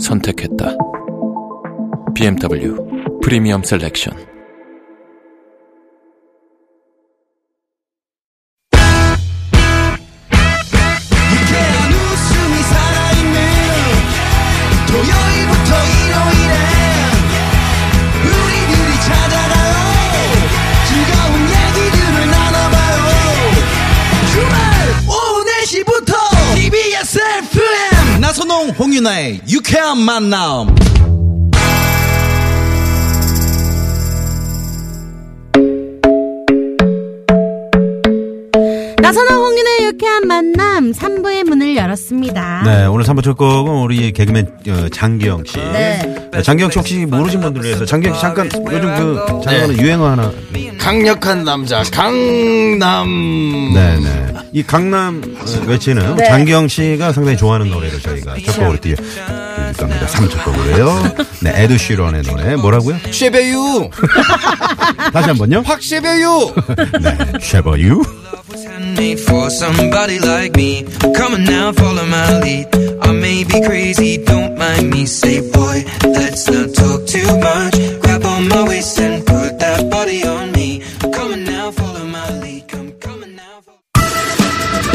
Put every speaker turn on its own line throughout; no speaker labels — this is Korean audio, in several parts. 선택했다. BMW 프리미엄 셀렉션.
유쾌한 웃음이 살아있는 토요일부터 일요일에 우리들이 찾아가요 즐거운 얘기들을 나눠봐요 주말 오후 4시부터 TBS FM 나선홍 홍윤아의 유쾌한 만남
나선호 홍윤의 유쾌한 만남 3부의 문을 열었습니다.
네, 오늘 3부 첫 곡은 우리 개그맨 어, 장기영 씨.
네.
어, 장기영 씨 혹시 모르신 분들 위해서 장기영 씨 잠깐 요즘 그 장관의
네.
유행어 하나.
강력한 남자 강남
네, 네. 이 강남 어, 외치는
네.
장기영 씨가 상당히 좋아하는 노래를 저희가 첫 곡으로 띄워 드릴 겁니다. 3첫 곡으로요. 네, 에드 쉬런의 노래 뭐라고요?
쉐베유
다시 한 번요.
확 쉐베유
네, 쉐버유.
handmade for somebody like me. Come on now, follow my lead. I may be crazy, don't mind me. Say, boy, let's not talk too much. Grab on my waist and put that body on me. Come on now, follow my lead. Come, come on now. follow-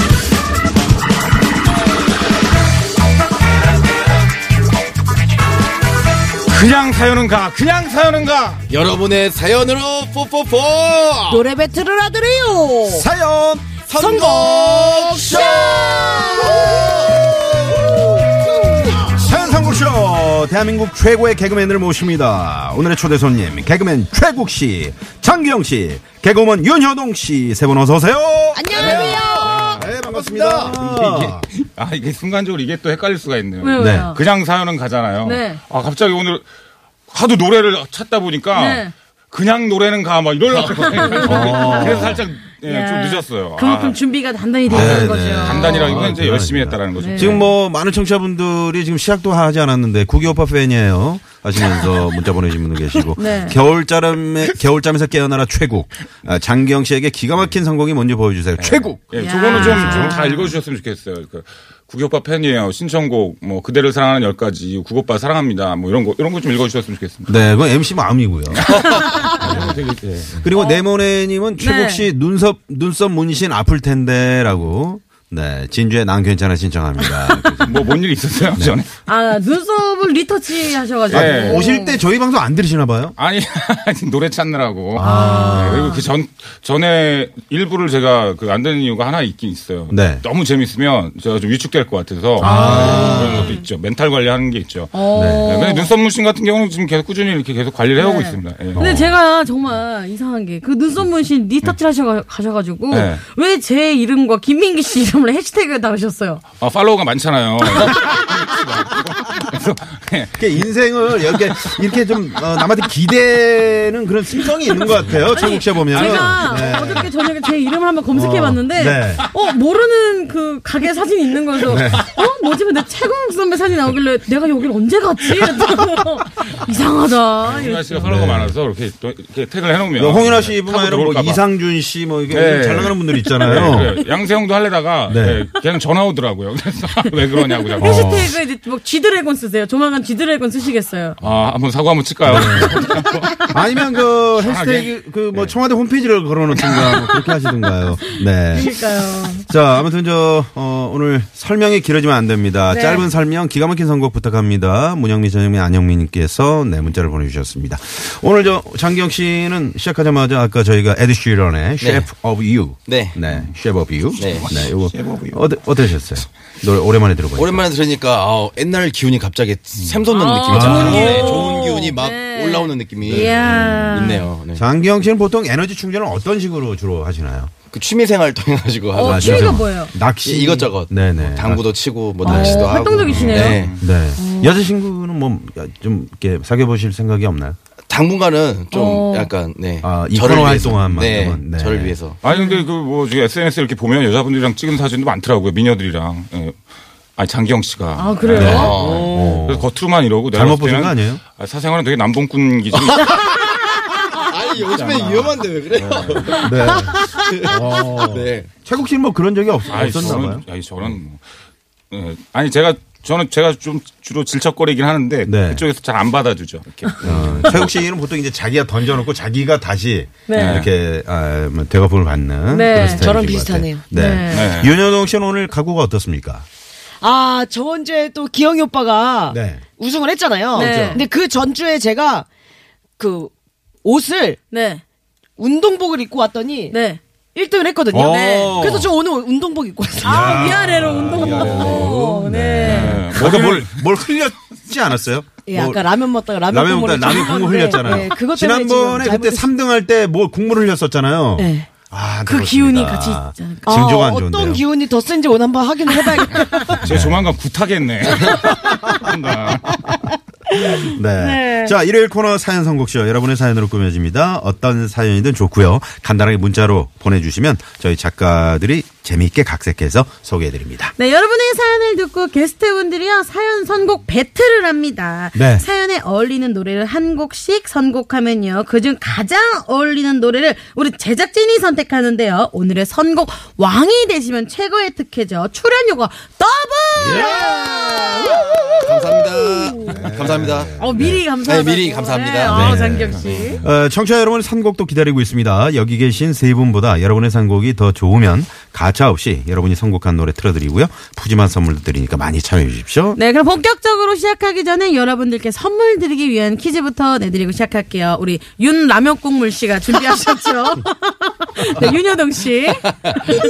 그냥 사연은 가 그냥 사연은 가 여러분의 사연으로 뽀뽀뽀
노래 배틀을 하드래요.
사연 선곡쇼
사연 선곡쇼 대한민국 최고의 개그맨을 모십니다. 오늘의 초대 손님 개그맨 최국 씨, 장기영 씨, 개그맨 윤효동 씨 세 분 어서 오세요.
안녕하세요.
네 반갑습니다.
아 이게 순간적으로 이게 또 헷갈릴 수가 있네요.
왜요?
네.
왜요?
그냥 사연은 가잖아요.
네.
아 갑자기 오늘 하도 노래를 찾다 보니까
네. 아.
그냥 노래는 가 막 이럴라 그래서 살짝 예,
야.
좀 늦었어요.
그만큼
아,
준비가 단단히 되어 있는
네,
거죠.
네.
간단이라는 건
아,
이제 열심히
대단합니다.
했다라는 거죠.
지금 뭐 많은 청취자분들이 지금 시작도 하지 않았는데 구기 오빠 팬이에요 하시면서 문자 보내신 분도 계시고
네.
겨울잠에 겨울잠에서 깨어나라 최국 아, 장기영 씨에게 기가 막힌 선곡이 뭔지 보여주세요. 최국.
예,
야.
저거는 좀 좀 다 읽어주셨으면 좋겠어요. 그 구교빠 팬이에요. 신청곡 뭐 그대를 사랑하는 열 가지 구고빠 사랑합니다. 뭐 이런 거 이런 거 좀 읽어주셨으면 좋겠습니다.
네, 그건 MC 마음이고요.
네.
그리고 네모네님은
네.
최국 씨 눈썹 눈썹 문신 아플 텐데라고. 네, 진주의 난 괜찮아 신청합니다.
뭐 뭔 일 있었어요 전에?
아, 눈썹을 리터치 하셔가지고.
네.
아, 오실 때 저희 방송 안 들으시나 봐요.
아니 노래 찾느라고
아.
네, 그리고 그 전 전에 일부를 제가 그 안 되는 이유가 하나 있긴 있어요.
네.
너무 재밌으면 제가 좀 위축될 것 같아서 네, 그런 것도 있죠. 멘탈 관리하는 게 있죠.
어.
네, 근데 눈썹 문신 같은 경우는 지금 계속 꾸준히 이렇게 계속 관리를 해오고 있습니다. 예.
네. 근데 제가 정말 이상한 게 그 눈썹 문신 리터치 하셔가지고
네.
왜 제 이름과 김민기 씨 이름을 해시태그에 달으셨어요?
아, 팔로워가 많잖아요. 예,
이렇게 인생을 이렇게 이렇게 좀 어, 남한테 기대는 그런 심성이 있는 것 같아요. 최국 씨 보면은. 네.
제가 어저께 저녁에 제 이름을 한번 검색해봤는데, 네. 어,
어, 네.
모르는 그 가게 사진 있는 거에서, 어, 뭐지? 근데 최강 선배 사진 나오길래 내가 여길 언제 갔지? 이랬더니 이상하다. 이랬-
홍윤아 씨가 팔로워가 많아서 이렇게 또 이렇게 태그를
네.
해놓으면 네,
홍윤아 씨뿐만 아니라 뭐
들어올까 봐.
이상준 씨 뭐 이게
네.
잘 나가는 분들
네,
있잖아요.
그래요. 양세형도 하려다가
네. 어.
네, 그냥 전화 오더라고요. 그래서 왜 그러냐고 자꾸.
해시태그 이제 뭐 지드래곤 쓰세요. 조만간 지드래곤 쓰시겠어요.
아, 한번 사고 한번 칠까요?
네. 아니면 그
네.
해시태그 그 뭐 청와대 홈페이지를 걸어놓든가 뭐 그렇게 하시든가요. 네.
그러니까요.
자, 아무튼 저, 어, 오늘 설명이 길어지면 안 됩니다.
네.
짧은 설명, 기가 막힌 선곡 부탁합니다. 문영미, 전영미, 안영미님께서 네, 문자를 보내주셨습니다. 오늘 저, 장기영 씨는 시작하자마자 아까 저희가 에드 쉬런의 Shape of You.
네.
네, Shape of You.
네.
네, 요거. 어때, 어떠셨어요? 노래 오랜만에 들어보니까.
오랜만에 들으니까 아, 옛날 기운이 갑자기 샘솟는
아,
느낌이잖아요
좋은 기운.
네, 좋은 기운이 막
네.
올라오는 느낌이
이야.
있네요 네.
장기영 씨는 보통 에너지 충전을 어떤 식으로 주로 하시나요? 아,
그 취미생활 통해가지고 하고
어,
그
있어요.
취미가 뭐예요?
낚시.
이것저것
네네.
당구도 치고 뭐
어,
낚시도 하고
활동적이시네요.
네.
네. 여자친구는 뭐 좀 이렇게 사귀어 보실 생각이 없나요?
당분간은 좀
어.
약간 네.
아, 이 코너
위해서.
활동한만큼은.
네,
네.
저를 위해서.
아니 근데 그 뭐 지금 SNS 이렇게 보면 여자분들이랑 찍은 사진도 많더라고요 미녀들이랑. 예. 아니 장기영 씨가. 예.
아, 그래요?
어.
어.
그래서 겉으로만 이러고 내가
잘못
봤을
보신 거
때는
아니에요?
아, 사생활은 되게 남봉꾼 기질.
아니 요즘에 아, 위험한데 왜 그래요?
네. 어.
네.
최국 씨는 뭐 그런 적이 없,
아니
없었나 봐요.
저는 아니 저는 뭐. 예. 아니 제가 저는 제가 좀 주로 질척거리긴 하는데
네.
그쪽에서 잘 안 받아주죠. 이렇게.
어, 최국 씨는 보통 이제 자기가 던져놓고 자기가 다시
네.
이렇게 아, 뭐 대가품을 받는
네.
그런 스타일이신
저랑
것
비슷하네요.
같아요. 네.
네.
윤여동 씨는 오늘 각오가 어떻습니까?
아, 저번주에 또 기영이 오빠가
네.
우승을 했잖아요.
네.
근데 그 전주에 제가 그 옷을
네.
운동복을 입고 왔더니
네.
1등을 했거든요.
네.
그래서 저 오늘 운동복 입고 왔어요.
아, 위아래로 운동하고. 네.
예.
아까
머리를-
뭘, 뭘 흘렸지 않았어요?
예,
뭐
아까 라면 먹다가 라면,
라면 먹다
국물을
라면
좀
국물
먹었는데,
흘렸잖아요.
예, 그것 때문에
지난번에
지금
그때
잘못했-
3등 할 때 뭐 국물을 흘렸었잖아요.
예.
아,
그
그렇습니다.
기운이 같이 있잖아요.
아,
징조가 안 좋은데요.
어떤 기운이 더 센지 오늘 한번 확인을 해봐야겠다.
제가 조만간 굿하겠네. 뭔가.
네. 자, 일요일 코너 사연 선곡쇼 여러분의 사연으로 꾸며집니다. 어떤 사연이든 좋고요. 간단하게 문자로 보내주시면 저희 작가들이 재미있게 각색해서 소개해드립니다.
네, 여러분의 사연을 듣고 게스트분들이요, 사연 선곡 배틀을 합니다.
네.
사연에 어울리는 노래를 한 곡씩 선곡하면요, 그중 가장 어울리는 노래를 우리 제작진이 선택하는데요, 오늘의 선곡 왕이 되시면 최고의 특혜죠. 출연료가 더블!
감사합니다.
네.
감사합니다.
어, 미리 감사합니다.
예. 네, 미리 감사합니다.
어, 장기혁씨.
어, 청취자 여러분 선곡도 기다리고 있습니다. 여기 계신 세 분보다 여러분의 선곡이 더 좋으면 가차 없이 여러분이 선곡한 노래 틀어드리고요. 푸짐한 선물도 드리니까 많이 참여해 주십시오.
네, 그럼 본격적으로 시작하기 전에 여러분들께 선물 드리기 위한 퀴즈부터 내드리고 시작할게요. 우리 윤 라면 국물 씨가 준비하셨죠? 네, 윤여동 씨.
네.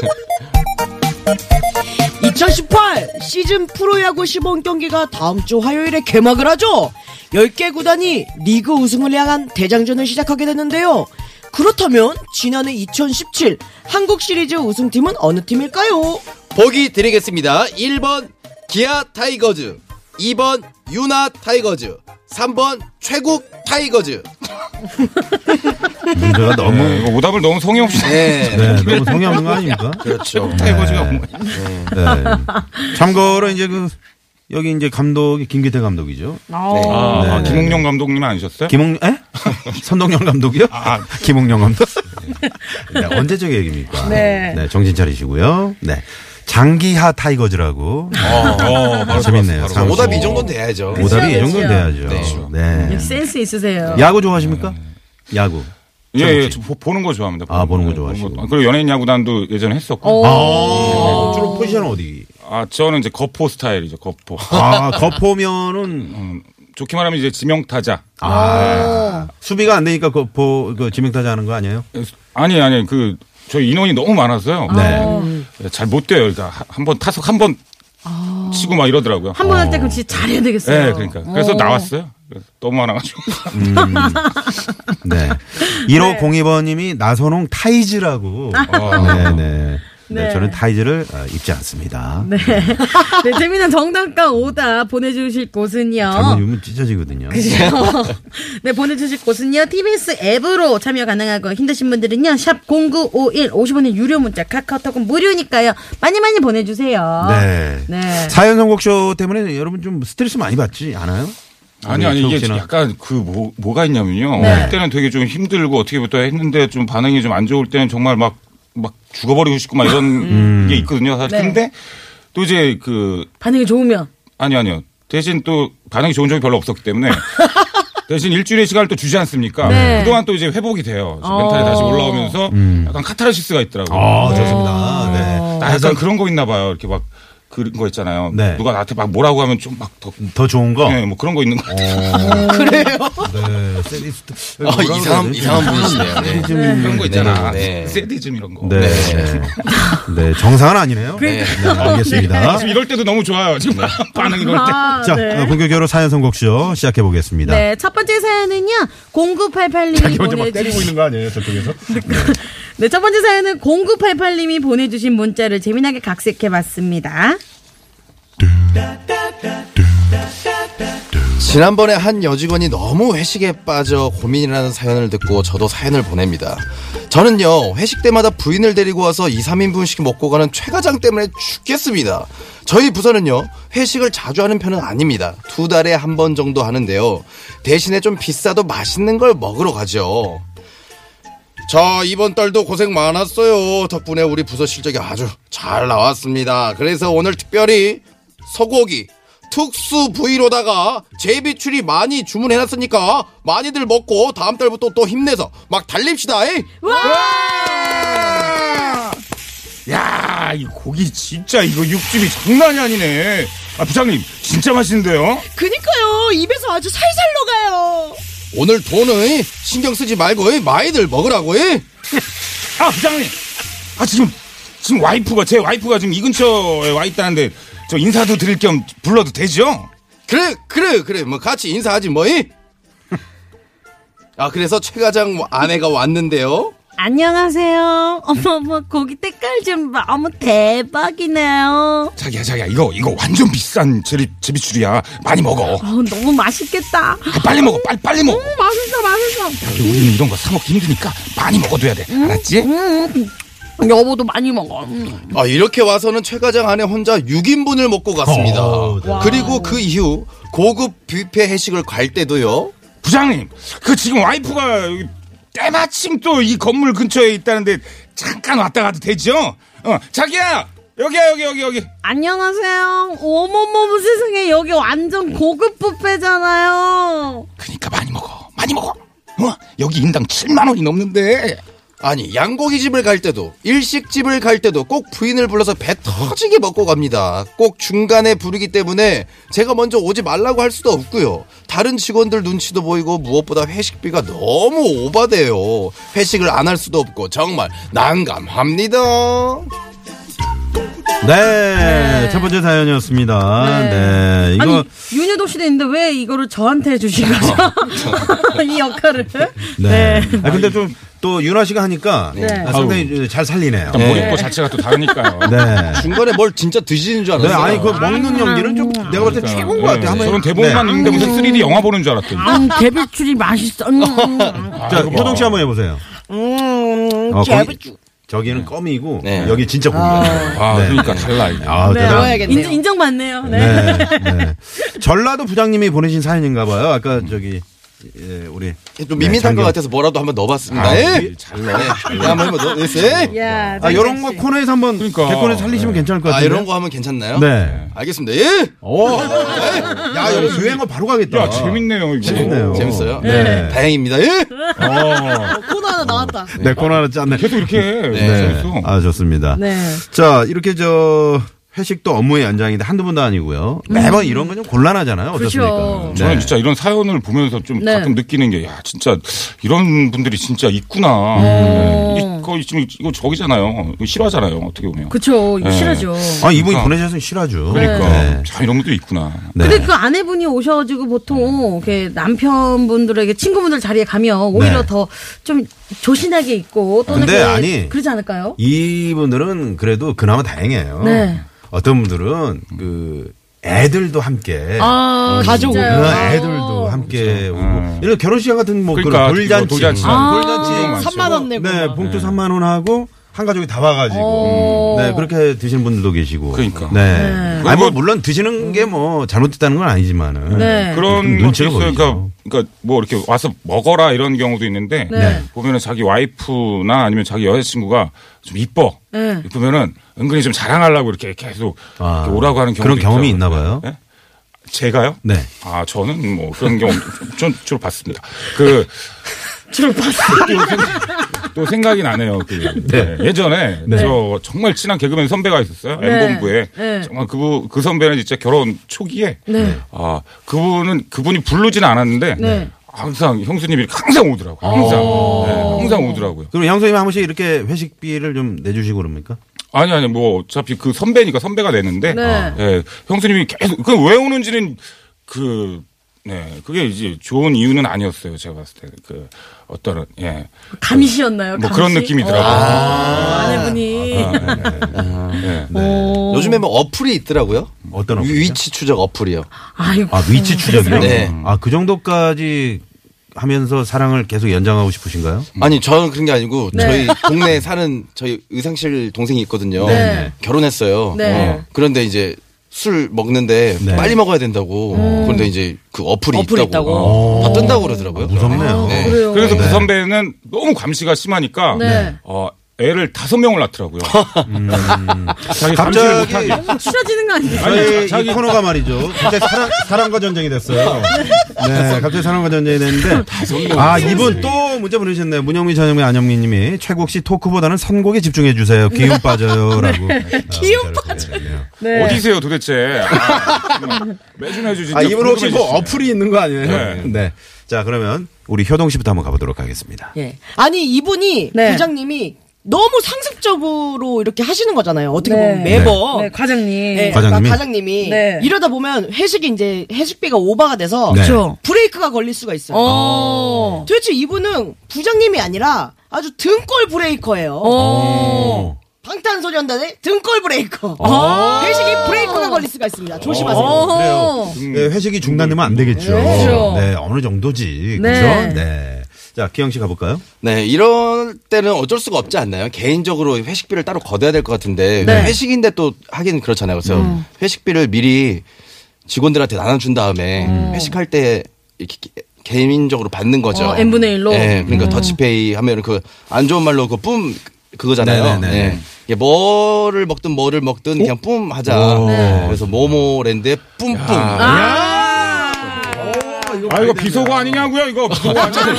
2018 시즌 프로야구 시범 경기가 다음 주 화요일에 개막을 하죠. 10개 구단이 리그 우승을 향한 대장전을 시작하게 됐는데요. 그렇다면 지난해 2017 한국 시리즈 우승팀은 어느 팀일까요?
보기 드리겠습니다. 1번 기아 타이거즈, 2번 유나 타이거즈, 3번 최국 타이거즈.
문제가 너무
네, 이거 오답을 너무 성의 없이.
네.
네, 너무 성의 없는 거 아닙니까?
그렇죠.
해보지가 뭐냐.
네. 참고로 이제 그 여기 이제 감독이 김기태 감독이죠.
아,
네,
아,
네.
김홍룡 감독님 아니셨어요?
김홍 에? 선동영 감독이요?
아.
김홍영 감독. 네, 언제적 얘기입니까?
네.
정신 차리시고요. 네. 장기하 타이거즈라고. 네.
어, 바로
재밌네요.
봤어,
상황.
바로
오답이 이 정도는 돼야죠.
오답이 이 정도는 돼야죠.
그렇죠.
네.
센스 있으세요.
야구 좋아하십니까? 야구.
예, 예,
정치.
저 보- 보는 거 좋아합니다.
아, 보는 거
네,
좋아하시고.
보는 거. 그리고 연예인 야구단도 예전에 했었고.
어.
아, 주로 포지션 어디?
아, 저는 이제 거포 스타일이죠, 거포.
아, 거포면은
음, 좋게 말하면 이제 지명타자.
아, 수비가 안 되니까 거포 그 지명타자 하는 거 아니에요?
아니, 아니, 그, 저희 인원이 너무 많아서요.
네.
잘 못 돼요. 그러니까 한 번 타석 한 번 치고 막 이러더라고요.
한 번 할 때 그럼 진짜 잘해야 되겠어요.
예, 어. 그러니까. 그래서 나왔어요. 그래서 너무 많아가지고.
네. 1502번님이 나선홍 타이즈라고. 네, 네. 네,
네.
저는 타이즈를 어, 입지 않습니다.
네. 네, 재미난 정답과 오답 보내주실 곳은요.
잘못 입으면 찢어지거든요.
네, 보내주실 곳은요. TBS 앱으로 참여 가능하고 힘드신 분들은요. 샵 0951 50원의 유료 문자 카카오톡은 무료니까요. 많이 많이 보내주세요.
네.
네.
사연 선곡쇼 때문에 여러분 좀 스트레스 많이 받지 않아요? 네,
아니, 아니, 이게
혹시나.
약간 그 뭐, 뭐가 있냐면요.
네.
그때는 되게 좀 힘들고 어떻게부터 했는데 좀 반응이 좀 안 좋을 때는 정말 막, 막 죽어버리고 싶고 막 이런 게 있거든요. 사실.
음. 네.
근데 또 이제 그,
반응이 좋으면.
아니, 아니요. 대신 또 반응이 좋은 적이 별로 없었기 때문에. 대신 일주일의 시간을 또 주지 않습니까?
네.
그동안 또 이제 회복이 돼요.
어.
멘탈이 다시 올라오면서 약간 카타르시스가 있더라고요.
아, 좋습니다. 네.
나 약간 그런 거 있나 봐요. 이렇게 막 그런 거 있잖아요.
네.
누가 나한테 막 뭐라고 하면 좀 막 더.
더 좋은 거.
네, 뭐 그런 거 있는 거 같아요.
네. 세리스트.
어,
아,
뭐라 그래야
이상한,
되지?
이상한 분이시네요. 네.
세리즘.
그런 거 있잖아.
네.
세디즘 이런 거.
네. 네. 네, 정상은 아니네요. 네, 알겠습니다.
지금 이럴 때도 너무 좋아요. 지금 반응 이럴 때.
아,
자,
네.
어, 본격적으로 사연 선곡쇼 시작해 보겠습니다.
네, 첫 번째 사연은요. 0988님이 보내주신
거 아니에요, 저쪽에서?
네, 첫 번째 사연은 0988님이 보내주신 문자를 재미나게 각색해봤습니다.
지난번에 한 여직원이 너무 회식에 빠져 고민이라는 사연을 듣고 저도 사연을 보냅니다. 저는요, 회식 때마다 부인을 데리고 와서 2, 3인분씩 먹고 가는 최과장 때문에 죽겠습니다. 저희 부서는요, 회식을 자주 하는 편은 아닙니다. 두 달에 한 번 정도 하는데요. 대신에 좀 비싸도 맛있는 걸 먹으러 가죠. 저 이번 달도 고생 많았어요. 덕분에 우리 부서 실적이 아주 잘 나왔습니다. 그래서 오늘 특별히 소고기 특수 부위로다가 제비추리 많이 주문해놨으니까 많이들 먹고 다음 달부터 또 힘내서 막 달립시다. 잉?
야, 이 고기 진짜 이거 육즙이 장난이 아니네. 아, 부장님, 진짜 맛있는데요?
그니까요.
어,
입에서 아주 살살 녹아요.
오늘 돈은 잉? 신경 쓰지 말고 잉? 많이들 먹으라고. 잉?
아, 부장님. 아, 지금, 지금 와이프가, 제 와이프가 지금 이 근처에 와 있다는데, 저 인사도 드릴 겸 불러도 되죠?
그래, 그래, 그래. 뭐 같이 인사하지 뭐. 잉? 아 그래서 최 과장 아내가 왔는데요.
안녕하세요. 어머, 어머, 고기 때깔 좀 봐. 어머, 대박이네요.
자기야, 자기야, 이거, 이거 완전 비싼 제비, 제비추리야. 많이 먹어.
어, 너무 맛있겠다.
아, 빨리 먹어, 빨리, 빨리 먹어.
음, 맛있어, 맛있어.
우리 우리는 이런 거 사먹기 힘드니까 많이 먹어둬야 돼. 알았지?
음, 음. 여보도 많이 먹어. 음.
아, 이렇게 와서는 최 과장 아내 혼자 6인분을 먹고 갔습니다.
어, 네.
그리고 그 이후 고급 뷔페 회식을 갈 때도요.
부장님, 그 지금 와이프가 여기 때마침 또 이 건물 근처에 있다는데 잠깐 왔다 가도 되죠? 어, 자기야! 여기야, 여기, 여기, 여기.
안녕하세요. 어머머머 뭐 세상에 여기 완전 고급 뷔페잖아요.
그니까 많이 먹어. 많이 먹어. 어, 여기 인당 7만원이 넘는데.
아니 양고기 집을 갈 때도 일식 집을 갈 때도 꼭 부인을 불러서 배 터지게 먹고 갑니다. 꼭 중간에 부르기 때문에 제가 먼저 오지 말라고 할 수도 없고요. 다른 직원들 눈치도 보이고 무엇보다 회식비가 너무 오바돼요. 회식을 안 할 수도 없고 정말 난감합니다.
네, 첫 번째 사연이었습니다. 네, 이거
아니, 윤여동 씨도 있는데 왜 이거를 저한테 해주신
아,
거죠? 이 역할을.
네. 아 근데 좀 또 윤아 씨가 하니까
네.
아, 상당히 잘 살리네요.
일단 몰입도 뭐 자체가 또 다르니까요.
네.
중간에 뭘 진짜 드시는 줄
네,
알았어요.
아니 그 먹는 연기는 좀 내가 볼 때
그러니까
최고인 것 같아요. 네. 한번
네. 저는 대본만 읽는데 무슨 3D 영화 보는 줄 알았더니.
아.
음, 개비추리 맛있어. 음, 음.
네. 자, 호동 씨 한번 해보세요.
음,
어, 거기-
개비추.
저기는 껌이고
네.
여기 진짜 고기예요.
아,
네.
그러니까 달라, 이게.
아, 대단.
먹어야겠네요.
인정, 인정받네요. 네.
네. 네. 전라도 부장님이 보내신 사연인가 봐요. 아까 저기 예, 우리
좀 밋밋한
네,
것
장경-
같아서 뭐라도 한번 넣어봤습니다.
아,
예? 네, 한번 해보죠. 네.
야,
아, 이런 거
씨.
코너에서 한번
그러니까.
개콘에 살리시면 괜찮을 것
아
같아요.
이런 거 하면 괜찮나요?
네.
알겠습니다. 예?
오. 야, 여기 유행어 바로 가겠다.
야, 재밌네요, 이거.
재밌네요.
재밌어요.
네.
다행입니다. 예?
어,
뭐.
코너 하나 나왔다.
네, 코너 하나 짰네.
계속 이렇게 해. 재밌어.
아, 좋습니다.
네.
자, 이렇게 저 회식도 업무의 연장인데 한두 번도 아니고요. 매번 이런 건 좀 곤란하잖아요. 어떻습니까? 네.
그렇죠.
저는 진짜 이런 사연을 보면서 좀
네.
가끔 느끼는 게, 야, 진짜, 이런 분들이 진짜 있구나. 네. 이거, 지금 이거 저기잖아요. 이거 싫어하잖아요, 어떻게 보면.
그쵸, 이거
네.
싫어죠.
아, 이분이
그러니까.
보내셨으면 싫어하죠.
그러니까.
네.
자, 이런 것도 있구나.
네.
근데 그 아내분이 오셔가지고 보통 이렇게 남편분들에게 친구분들 자리에 가면 오히려
네.
더 좀 조신하게 있고 또는
근데
이렇게
아니.
그러지 않을까요?
이분들은 그래도 그나마 다행이에요.
네.
어떤 분들은 그 애들도 함께
아,
가족.
그
진짜요? 아. 어.
애들도 함께 오고
음.
이런 결혼식 같은 뭐
그러니까,
그런 돌잔치,
뭐 돌잔치.
뭐
아.
돌잔치
아,
3만 원 내고.
네,
막.
봉투 3만 원 하고 한 가족이 다 와가지고
오.
네 그렇게 드시는 분들도 계시고
그러니까.
네.
어. 네.
아니 뭐 물론 드시는 게 뭐 잘못됐다는 건 아니지만은
네.
좀
그런 것도
눈치가
있어요. 그러니까,
음, 보이죠.
그러니까 뭐 이렇게 와서 먹어라 이런 경우도 있는데
네.
보면은 자기 와이프나 아니면 자기 여자친구가 좀 이뻐
네.
이쁘면은 은근히 좀 자랑하려고 이렇게 계속
아,
이렇게 오라고 하는 경우
그런 경험이 있나 봐요?
네? 제가요?
네.
아 저는 뭐 그런 경험 전 주로 봤습니다. 그
주로 봤어요.
또 생- 또 생각이 나네요. 그
네.
네, 예전에 저 정말 친한 개그맨 선배가 있었어요.
네.
M본부에.
네.
정말 그분 그 선배는 진짜 결혼 초기에
네.
아, 그분은 그분이 부르진 않았는데
네. 어.
항상 형수님이 항상 오더라고요. 항상. 네, 항상 오더라고요.
그럼 양수님 한 번씩 이렇게 회식비를 좀 내주시고 그럽니까?
아니 아니 뭐 어차피 그 선배니까 선배가 내는데
네.
예, 형수님이 계속 그 왜 오는지는 그 네, 그게 이제 좋은 이유는 아니었어요. 제가 봤을 때 그 어떤 예.
감시였나요?
뭐 그런
감시?
느낌이더라고요.
아, 아내분이. 오.
요즘에 뭐 어플이 있더라고요.
어떤
어플? 위치 추적 어플이요.
아이고.
아, 위치 추적이요?
네.
아, 그 정도까지 하면서 사랑을 계속 연장하고 싶으신가요?
아니 저는 그런 게 아니고
네.
저희 동네에 사는 저희 의상실 동생이 있거든요.
네.
결혼했어요.
네.
어. 그런데 이제 술 먹는데
네.
빨리 먹어야 된다고.
음.
그런데 이제 그 어플이,
어플이
있다고.
있다고.
다 뜬다고 그러더라고요.
어. 무섭네요.
아,
그래서 그 선배는 너무 감시가 심하니까
네.
어, 애를 다섯 명을 낳더라고요. 자기 감시를
갑자기
못하게.
싫어지는 거 아니에요?
저희 이 코너가 말이죠. 갑자기 사랑, 사랑과 전쟁이 됐어요. 네, 갑자기 사랑과 전쟁이 됐는데. 아, 이분 또 문자 보내셨네요. 문영미, 전영미, 안영미 님이 최국 씨 토크보다는 선곡에 집중해주세요. 기운 빠져요. 라고.
네.
아,
기운 빠져. 네.
어디세요 도대체? 아, 매주 매주 진짜
아, 이분 혹시 뭐
궁금해지시네.
어플이 있는 거 아니에요? 네. 자, 그러면 우리 효동 씨부터 한번 가보도록 하겠습니다. 네.
예. 아니 이분이 네. 부장님이 너무 상습적으로 이렇게 하시는 거잖아요. 어떻게 보면 뭐 매번
네, 과장님.
예,
과장님이?
과장님이
네.
이러다 보면 회식이 이제 회식비가 오바가 돼서
네. 그쵸.
브레이크가 걸릴 수가 있어요.
네.
어.
도대체 이분은 부장님이 아니라 아주 등골 브레이커예요.
어.
방탄소년단의 등골 브레이커. 회식이 브레이크가 걸릴 수가 있습니다. 조심하세요.
어.
네, 회식이 중단되면 안 되겠죠.
그렇죠.
네, 어느 정도지.
네.
그렇죠? 네. 자, 기영 씨 가볼까요?
네, 이럴 때는 어쩔 수가 없지 않나요? 개인적으로 회식비를 따로 걷어야 될 것 같은데
네. 음.
회식인데 또 하긴 그렇잖아요. 그래서 회식비를 미리 직원들한테 나눠준 다음에 회식할 때 이렇게 개- 개인적으로 받는 거죠.
어, n분의 일로?
네, 그러니까 더치페이 하면 그 안 좋은 말로 그 뿜
네, 네,
그거잖아요.
네.
네. 이게 뭐를 먹든 뭐를 먹든 그냥 뿜 하자.
오. 네.
그래서 모모랜드의 뿜뿜.
아 이거 비속어 아니냐고요? 이거 비속어 아니냐고.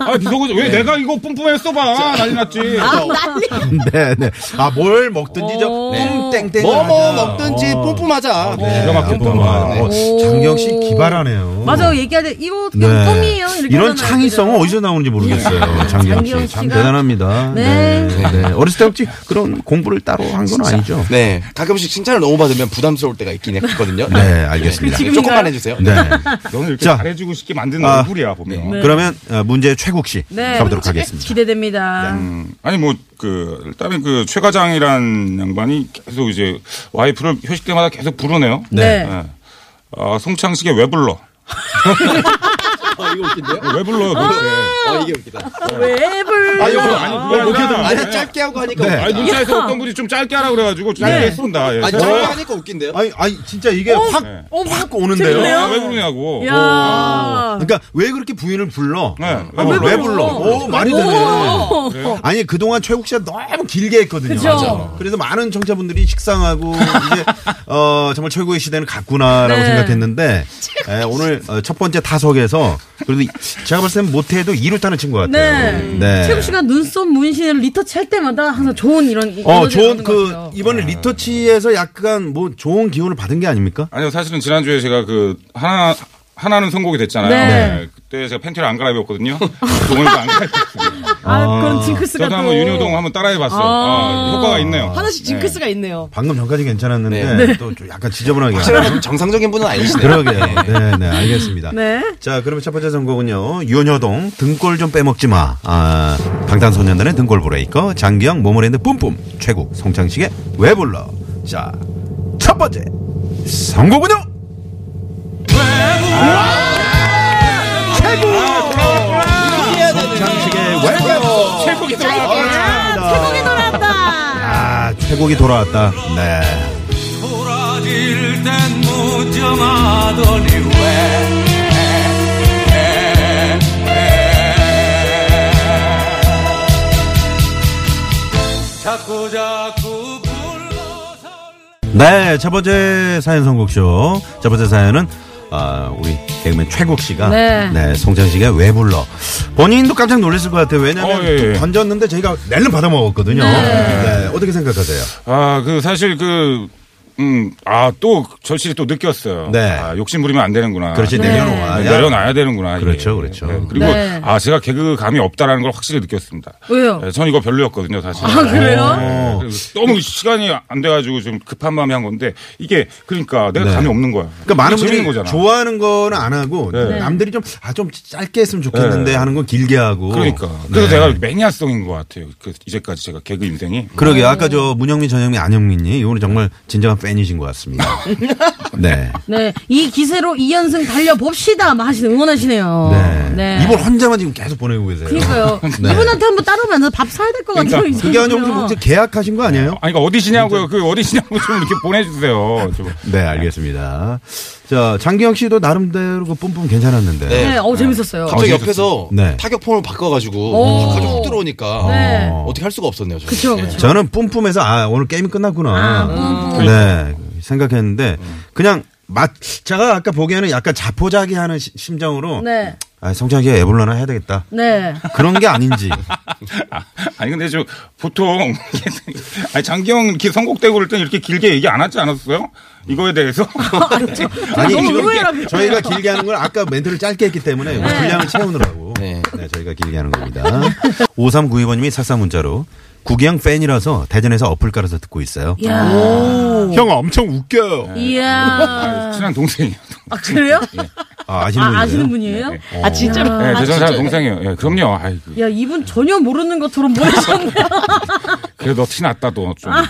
아 비속어 왜 내가 이거 뿜뿜했어 봐 난리 났지.
네, 네. 아, 뭘 먹든지 저
어.
네.
어.
뿜땡땡.
뭐뭐 먹든지 뿜뿜하자. 네.
기가 막힌 뿜.
네.
어, 장경 씨 기발하네요.
맞아, 얘기하자. 이거
네.
그냥 꿈이에요. 이렇게
이런
하면
창의성은 어디서 나오는지 모르겠어요. 장기영
장기영
씨. 참
씨가-
대단합니다.
네.
네, 네. 어렸을 때 혹시 그런 공부를 따로 한 건 아니죠?
네. 가끔씩 칭찬을 너무 받으면 부담스러울 때가 있긴 했거든요.
네, 알겠습니다.
네, 조금만 해주세요.
네.
너는 이렇게
자.
잘해주고 싶게 만드는
아.
얼굴이야 보면.
그러면 어, 문제 최국 씨
네.
가보도록 하겠습니다.
기대됩니다.
음, 아니 뭐 그 일단은 그 최과장이란 양반이 계속 이제 와이프를 회식 때마다 계속 부르네요.
네.
예. 아, 송창식에 왜 불러?
이거 웃긴데요?
왜 불러요 도대체?
아, 이게 웃기다.
웹을.
아니, 그거 아니, 그거 아니라.
아니, 짧게 하고 하니까.
네.
웃기다.
아니 문자에서 어떤 분이 좀 짧게 하라 그래가지고 짧게 했습니다. 예.
아니, 짧게
어?
하니까 웃긴데요?
아니, 아니, 진짜 이게
어?
확, 확 오는데요.
재밌네요.
아, 왜 부르냐고.
야.
그러니까 왜 그렇게 부인을 불러?
네.
아, 왜,
왜
불러?
불러?
오, 말이 되네.
오.
아니, 그동안 최국 씨가 너무 길게 했거든요.
그죠. 맞아.
래서 많은 청자분들이 식상하고, 이제, 어, 정말 최고의 시대는 갔구나라고
네.
생각했는데, 에, 오늘 어, 첫 번째 타석에서, 그래도 이- 제가 봤을 땐 못해도 2루 타는 친구 같아요.
네. 최국 씨가 눈썹 문신을 리터치 할 때마다 항상 좋은 이런. 이-
어,
에너지를
좋은
받는 것
그,
같아요.
이번에 리터치에서 약간 뭐 좋은 기운을 받은 게 아닙니까?
아니요, 사실은 지난주에 제가 그 하나 하나는 선곡이 됐잖아요.
네.
네, 그때 제가 팬티를 안 갈아입었거든요. 동원도 안 갈아입었어요.
아, 그런 징크스가
저도
또.
한번 윤효동 한번 따라해봤어요.
아.
아, 효과가 있네요.
하나씩 징크스가 있네요.
방금 전까지 괜찮았는데,
네.
또좀 약간
아,
지저분하게.
확실한 정상적인 분은 아니시네요.
그러게요. 네, 네, 알겠습니다.
네.
자, 그러면 첫 번째 선곡은요. 윤여동 등골 좀 빼먹지 마. 아, 방탄소년단의 등골 브레이커, 장기영 모모랜드 뿜뿜, 최국 송창식의 왜 불러. 자, 첫 번째 선곡은요. 최국 송창식의 왜 불러.
최고기 또
최국이 돌아왔다.
아, 최국이 돌아왔다. 네.
돌아질 땐 묻어마더니 왜 자꾸 자꾸 불러서
네, 첫 번째 사연 선곡쇼. 첫 번째 사연은 아, 우리 개그맨 최국 씨가 네,
네.
송창 씨가 왜 불러? 본인도 깜짝 놀랐을 것 같아요. 왜냐하면
어, 예, 예.
네, 던졌는데 저희가 낼름 받아 먹었거든요. 네. 어떻게 생각하세요?
아, 그 사실 그 음, 아, 또, 절실히 또 느꼈어요. 아, 욕심 부리면 안 되는구나.
네. 그렇지,
네.
내려놓아야.
네, 내려놔야 되는구나. 그렇죠, 그렇죠. 그리고,
네.
아, 제가 개그감이 없다라는 걸 확실히 느꼈습니다.
왜요?
네, 전 이거 별로였거든요, 사실.
아, 그래요?
어.
네, 그래서 너무 시간이 안 돼가지고 좀 급한 마음에 한 건데, 이게, 그러니까 내가 감이 없는 거야.
그러니까 많은
이게 재밌는
분들이 좋아하는 거는 안 하고
네.
남들이 좀, 아, 좀 짧게 했으면 좋겠는데
네.
하는 건 길게 하고.
그러니까.
네.
그래서 제가 매니아성인 것 같아요. 그, 이제까지 제가 개그 인생이.
네.
그러게요. 아까 저 문영민, 전영민, 안영민님, 이거는 정말 진정한 팬이신 것 같습니다. 네.
네, 이 기세로 2연승 달려봅시다. 막 하시는 응원하시네요.
네.
네.
이번 혼자만 지금 계속 보내고 계세요.
그러니까요. 이분한테 한번 따로 만나서 밥 사야 될 것 같아요. 이제
그게 아니고
그죠?
혹시 뭐 계약하신 거 아니에요?
아니, 그러니까 어디시냐고요. 그 어디시냐고 좀 이렇게 보내주세요. 좀.
네, 알겠습니다. 자, 장기영 씨도 나름대로 그 뿜뿜 괜찮았는데.
네, 어우, 재밌었어요.
갑자기
어,
옆에서
네.
타격폼을 바꿔가지고
오.
갑자기 훅 들어오니까
네.
어떻게 할 수가 없었네요. 저는.
그쵸, 그쵸.
저는 뿜뿜해서 아, 오늘 게임이 끝났구나.
아, 뿜뿜.
네. 생각했는데 그냥 맛 제가 아까 보기에는 약간 자포자기 하는 시- 심정으로
네.
아, 성장기가 에볼라나 해야 되겠다.
네.
그런 게 아닌지.
아, 아니 근데 저 보통 아니 장기영 이렇게 선곡되고 그럴 땐 이렇게 길게 얘기 안 하지 않았어요? 이거에 대해서
아, 그렇죠.
아니,
너무
지금
의외라면서요. 네.
저희가 길게 하는 건 아까 멘트를 짧게 했기 때문에 분량을 채우느라고. 네. 저희가 길게 하는 겁니다. 5392번님이 사사 문자로 구기양 팬이라서 대전에서 어플 깔아서 듣고 있어요.
예.
어.
이야.
형 엄청 웃겨요.
이야.
친한 동생이요.
아, 그래요?
아, 아시는 분이에요? 네. 어.
아, 아시는 분이에요?
아 진짜로.
예,
아,
대전
진짜.
사람 동생이에요. 예, 그럼요. 아이, 그,
야, 이분 전혀 모르는 것처럼 보내셨네요.
그래 너티 났다 너
아,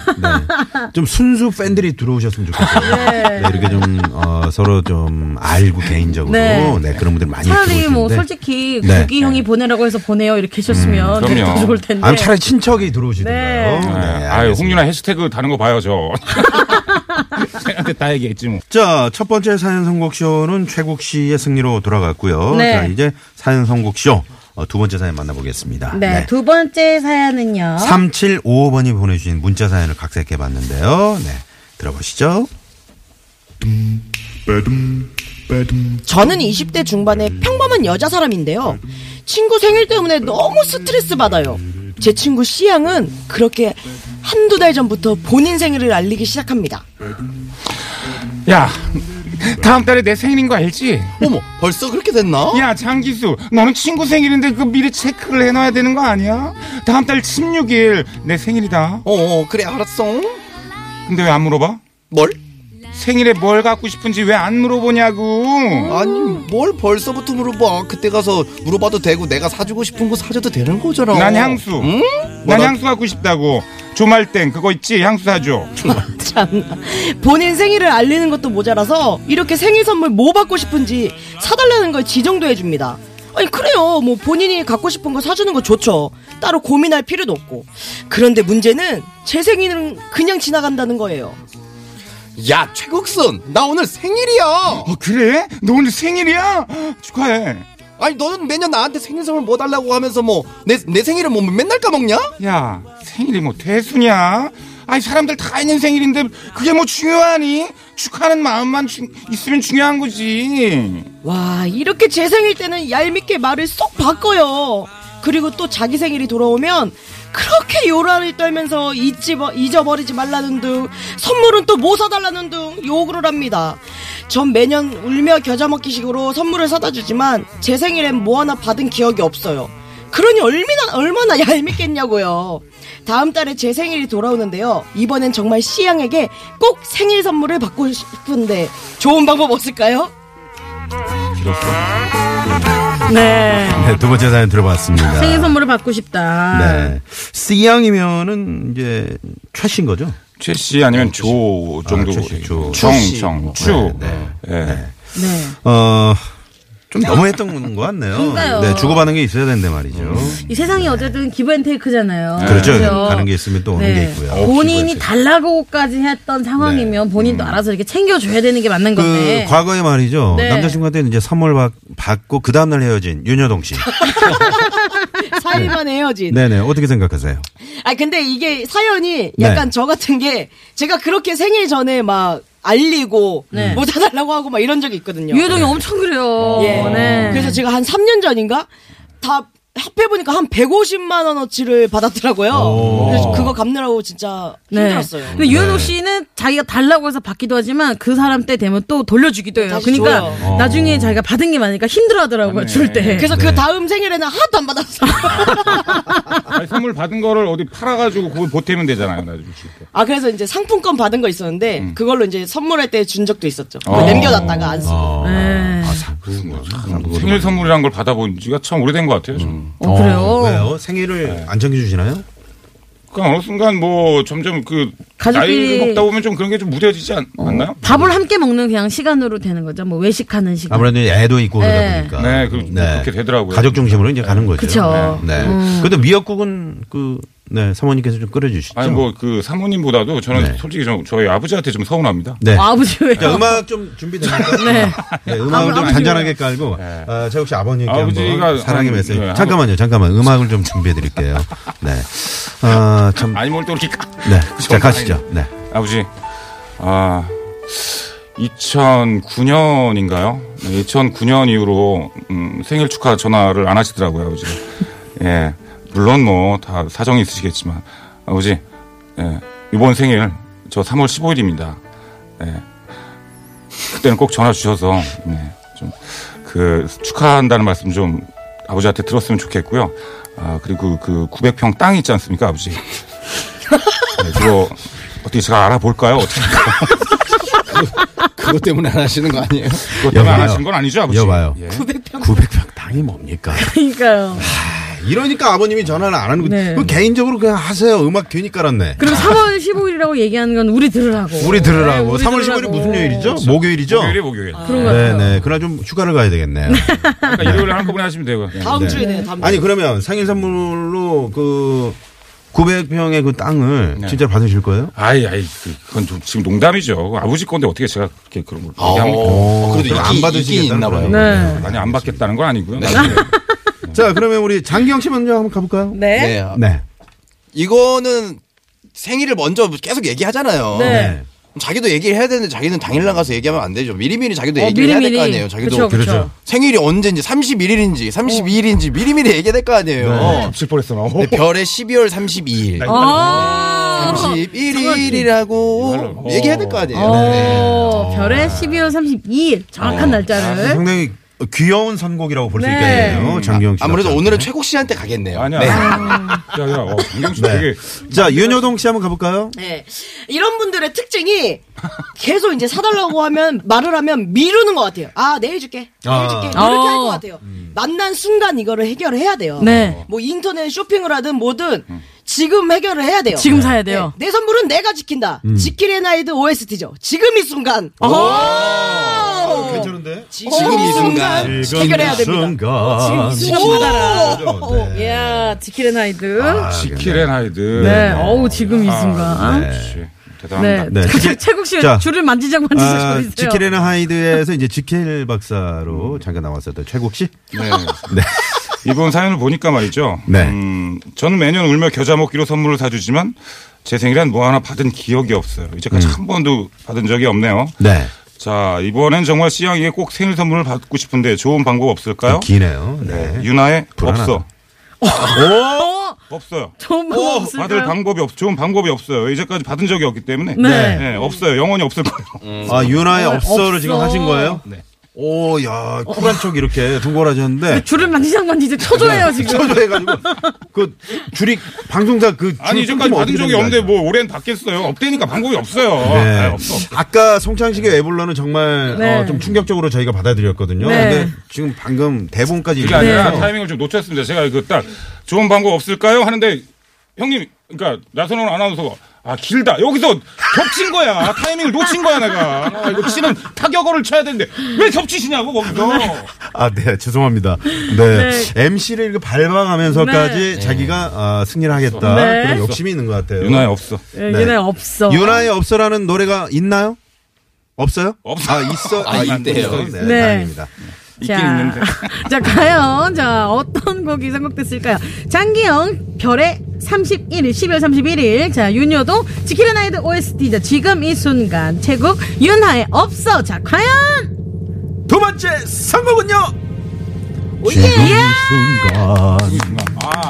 좀.
좀 순수 팬들이 들어오셨으면 좋겠어요. 네, 이렇게 좀 어, 서로 좀 알고 개인적으로
네.
네. 그런 분들 많이
차라리
들어올
뭐,
텐데.
솔직히,
음, 네.
구기 형이 보내라고 해서 보내요. 이렇게 하셨으면
음,
되게
그럼요.
좋을 텐데.
아니 차라리 친척이 들어오시던가요.
예,
네.
아유
알겠습니다.
홍윤아 해시태그 다른 거 봐요 저. 쟤한테 다 얘기했지 뭐.
자, 첫 번째 사연 선곡쇼는 최국 씨의 승리로 돌아갔고요.
네.
자, 이제 사연 선곡쇼 어, 두 번째 사연 만나보겠습니다.
네, 두 번째 사연은요.
3755번이 보내주신 문자 사연을 각색해 봤는데요. 네. 들어보시죠.
저는 20대
네.
중반의 평범한 여자 사람인데요. 친구 생일 때문에 너무 스트레스 받아요. 제 친구 씨양은 그렇게 한두 달 전부터 본인 생일을 알리기 시작합니다.
야 다음 달에 내 생일인 거 알지?
어머 벌써 그렇게 됐나? 어,
야 장기수 너는 친구 생일인데 그 미리 체크를 해놔야 되는 거 아니야? 다음 달 16일 내 생일이다.
어, 어 그래 알았어.
근데 왜 안 물어봐?
뭘?
생일에 뭘 갖고 싶은지 왜 안 물어보냐고.
아니 뭘 벌써부터 물어봐. 그때 가서 물어봐도 되고 내가 사주고 싶은 거 사줘도 되는 거잖아. 음.
난 향수.
응?
난
뭐라-
향수 갖고 싶다고. 조말땡 그거 있지 향수 사줘.
참나. 본인 생일을 알리는 것도 모자라서 이렇게 생일 선물 뭐 받고 싶은지 사달라는 걸 지정도 해줍니다. 아니 그래요 뭐 본인이 갖고 싶은 거 사주는 거 좋죠 따로 고민할 필요도 없고 그런데 문제는 제 생일은 그냥 지나간다는 거예요
야 최국순 나 오늘 생일이야.
어 그래? 너 오늘 생일이야? 축하해.
아니 너는 매년 나한테 생일 선물 뭐 달라고 하면서 뭐 내 내 생일을 뭐 맨날 까먹냐?
야 생일이 뭐 대수냐? 아니 사람들 다 있는 생일인데 그게 뭐 중요하니? 축하하는 마음만 주- 있으면 중요한 거지.
와 이렇게 제 생일 때는 얄밉게 말을 쏙 바꿔요 그리고 또 자기 생일이 돌아오면 그렇게 요란을 떨면서 잊지 버- 잊어버리지 말라는 둥 선물은 또 뭐 사달라는 둥 욕을 합니다 전 매년 울며 겨자 먹기 식으로 선물을 사다 주지만 제 생일엔 뭐 하나 받은 기억이 없어요 그러니 얼마나, 얼마나 얄밉겠냐고요 다음 달에 제 생일이 돌아오는데요 이번엔 정말 씨양에게 꼭 생일 선물을 받고 싶은데 좋은 방법 없을까요?
네.
아.
네, 두 번째 사연 들어봤습니다.
생일 선물을 받고 싶다.
네. C양이면은 이제 최신 거죠?
최씨 아니면 조 정도
네, 최 씨, 조.
씨.
정정추 예.
네,
네.
어, 좀 너무했던 것 같네요.
그러니까요. 음.
네, 주고받는 게 있어야 되는데 말이죠.
이 세상이 어쨌든 기브앤테이크잖아요. 네.
그렇죠. 가는 게 있으면 또 오는 게 있고요. 어,
본인이 달라고까지 했던 상황이면 본인도 알아서 이렇게 챙겨줘야 되는 게 맞는
음. 그
건데.
과거에 말이죠.
네.
남자친구한테 이제 선물 받, 받고 그 다음날 헤어진 윤여동 씨.
4일만 헤어진.
네네. 어떻게 생각하세요?
아 근데 이게 사연이
네.
약간 저 같은 게 제가 그렇게 생일 전에 막 알리고
네.
뭐 사달라고 하고 막 이런 적이 있거든요. 어.
유해동이 엄청 그래요.
예.
네.
그래서 제가 한 3년 전인가 다 합해보니까 한 150만 원어치를 받았더라고요. 그래서 그거 갚느라고 진짜 힘들었어요.
네. 근데
네.
유현옥 씨는 자기가 달라고 해서 받기도 하지만 그 사람 때 되면 또 돌려주기도
아,
해요.
다시
그러니까
어.
줘요.
나중에 자기가 받은 게 많으니까 힘들어하더라고요. 줄 때.
그래서 그 다음 생일에는 하나도 안 받았어요.
아니, 선물 받은 거를 어디 팔아가지고 그걸 보태면 되잖아요. 나중에.
아 그래서 이제 상품권 받은 거 있었는데 그걸로 이제 선물할 때 준 적도 있었죠. 그걸
어.
남겨놨다가 안 쓰고.
네.
아, 음,
생일 선물이란 걸 받아본 지가 참 오래된 것 같아요. 저는.
어, 왜요? 생일을
네.
안 챙겨주시나요?
그 어느 순간 뭐 점점 그
가족끼리-
나이를 먹다 보면 좀 그런 게 좀 무뎌지지 않,
어.
나요
밥을 함께 먹는 그냥 시간으로 되는 거죠. 뭐 외식하는 시간.
아무래도 애도 있고
네.
그러다 보니까.
네, 그, 그렇게 되더라고요.
가족 중심으로 이제 가는 거죠.
그쵸.
네. 네.
음.
근데 미역국은 그, 네, 사모님께서 좀 끓여주시죠.
아니 뭐 그 사모님보다도 저는 솔직히 좀 저희 아버지한테 좀 서운합니다.
네.
아버지 왜요?
자, 음악 좀 준비됩니까?
네.
네, 음악을 좀
아버지
잔잔하게 깔고, 아, 저 역시 아버님께
네. 아버지가
한번 사랑의
한-
메시지.
네, 한-
잠깐만요, 잠깐만. 음악을 좀 준비해드릴게요. 네. 아, 참.
아니 뭘 또 이렇게 까-
네. 자,
정말
가시죠.
아니-
네.
아버지, 아, 2009년인가요? 2009년 이후로 음, 생일 축하 전화를 안 하시더라고요, 아버지. 예, 물론 뭐 다 사정이 있으시겠지만, 아버지, 예, 이번 생일 저 3월 15일입니다. 예, 그때는 꼭 전화 주셔서 네, 좀 그 축하한다는 말씀 좀 아버지한테 들었으면 좋겠고요. 아 그리고 그 900평 땅 있지 않습니까, 아버지? 네, 그거 어떻게 제가 알아볼까요? 어떻게
그것 때문에 안 하시는 거 아니에요?
그거 때문에 안 하신 건 아니죠, 아버지?
여봐요.
예.
900평 땅이 뭡니까?
그러니까요.
이러니까 아버님이 전화를 안 하는 거지.
네.
그럼 개인적으로 그냥 하세요. 음악 괜히 깔았네.
그리고 3월 15일이라고 얘기하는 건 우리 들으라고.
우리
네,
들으라고.
우리
3월 15일이
들으라고.
무슨 요일이죠? 목요일이죠?
목요일이 목요일.
그런 거 같아요.
네네. 그날 좀 휴가를 가야 되겠네요.
그러니까 일요일에 한꺼번에 하시면 되고요.
네.
다음 주에 돼요. 다음 주에.
아니 그러면 생일 선물로 그 900평의 그 땅을
네.
진짜 받으실 거예요?
아이, 아이, 그- 그건 좀 지금 농담이죠. 아버지 건데 어떻게 제가 그렇게 그런 걸
아,
얘기합니까?
어, 그래도
그럼
안
안
받으시긴
받으시겠다는
있나 봐요.
거예요.
네.
아니, 안 받겠다는 건 아니고요.
네.
나중에.
자 그러면 우리 장기영 씨 먼저 한번 가볼까요?
네.
네. 아,
네.
이거는 생일을 먼저 계속 얘기하잖아요.
네.
자기도 얘기를 해야 되는데 자기는 당일날 가서 얘기하면 안 되죠. 미리미리
네.
자기도
어,
얘기를 해야 될
미리미리.
거 아니에요. 자기도
그쵸, 그쵸. 그렇죠.
생일이 언제인지 31일인지 32일인지 미리미리 얘기해야 될 거 아니에요.
칠 뻔했어, 네, 나.
근데 별의 12월 32일. 네.
어.
31일이라고 얘기해야 될 거
어.
아니에요. 네.
어, 별의 12월 32일
어.
정확한 날짜를.
상당히 귀여운 선곡이라고 볼 수
네.
있겠네요. 장기영 씨.
음, 아무래도 오늘은 최국 씨한테 가겠네요.
아니야.
네.
야, 야, 어, 장경 씨
네.
되게.
자 윤여동 씨 한번 가볼까요?
네. 이런 분들의 특징이 계속 이제 사달라고 하면 말을 하면 미루는 것 같아요. 아 내일 줄게.
아.
내일 줄게. 이렇게
어.
할 것 같아요. 만난 순간 이거를 해결을 해야 돼요.
네.
뭐 인터넷 쇼핑을 하든 뭐든 지금 해결을 해야 돼요.
지금 사야 돼요.
네, 내 선물은 내가 지킨다.
음.
지킬의 나이드 OST죠. 지금 이 순간. 오!
괜찮은데?
어? 지금 이 순간.
해결해야 됩니다.
순간.
네. 지금 받아라.
오! 네. 아,
이야, 지킬의 나이드.
지킬의 하이드.
네, 어우, 지금 이 순간.
네.
네.
대단합니다.
네.
갑자기 최국 씨가
자.
줄을 만지작
아,
만지작 거리세요.
지킬에는 하이드에서 이제 지킬 박사로 잠깐 나왔었던 최국 씨.
네. 이번 사연을 보니까 말이죠.
네.
음, 저는 매년 울며 겨자 먹기로 선물을 사주지만 제 생일엔 뭐 하나 받은 기억이 없어요. 이제까지 한 번도 받은 적이 없네요.
네.
자, 이번엔 정말 씨양이에게 꼭 생일 선물을 받고 싶은데 좋은 방법 없을까요?
기네요. 네.
유나의
불안하다.
없어.
어,
없어요.
좋은 방법 없을까요?
받을 방법이 없, 좋은 방법이 없어요. 이제까지 받은 적이 없기 때문에.
네.
없어요. 영원히 없을 거예요. 음.
아, 유나의 업서를
없어.
지금 하신 거예요?
네.
오, 야, 쿨한 척 이렇게 동그라지 하는데.
줄을 만지작 만지작 네. 쳐줘요, 지금.
해가지고 그 줄이 방송사 그
아니,
줄 끊기면
이제까지 받은
어떻게
적이
되는
없는데
거야?
뭐 올해는 받겠어요. 없대니까 방법이 없어요.
네.
아, 없어.
아까 송창식의 에볼러는 정말
네.
어, 좀 충격적으로 저희가 받아들였거든요.
네.
근데 지금 방금 대본까지
그게
읽으면서
아니라 타이밍을 좀 놓쳤습니다. 제가 그 딱 좋은 방법 없을까요? 하는데 형님, 그러니까 나선홍 아나운서가 아 길다 여기서 겹친 거야 타이밍을 놓친 거야 내가 아, 이거 치는 타격어를 쳐야 되는데 왜 겹치시냐고 거기서
아, 네, 죄송합니다. 네. MC를 이렇게 발망하면서까지 자기가 아, 승리를 하겠다.
네.
그런 욕심이 있는 것 같아요.
유나에 없어
예, 얘네 없어.
유나의 없어라는 노래가 있나요? 없어요?
없어.
아, 있어.
아, 있대요.
네,
네.
다행입니다.
있긴 있는데
자, 과연, 자, 어떤 곡이 선곡됐을까요? 장기영, 별의 31일, 12월 31일. 자, 윤여동, 지키는 아이들 OST. 자, 지금 이 순간, 최국, 윤하의 없어. 자, 과연!
두 번째 선곡은요?
예,
지금 이 순간
아,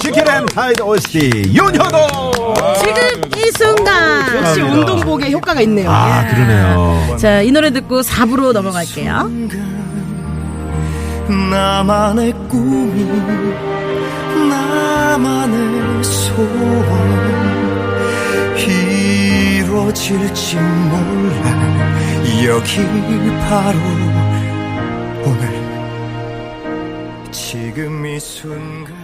치킨 앤 타이드 OST 윤현호
아,
지금 이 순간
역시
감사합니다.
운동복에 효과가 있네요. 예.
아 그러네요
자, 이 노래 듣고 4부로 넘어갈게요.
나만의 꿈이 나만의 소원 이루어질지 몰라 여기 바로 오늘 지금 이 순간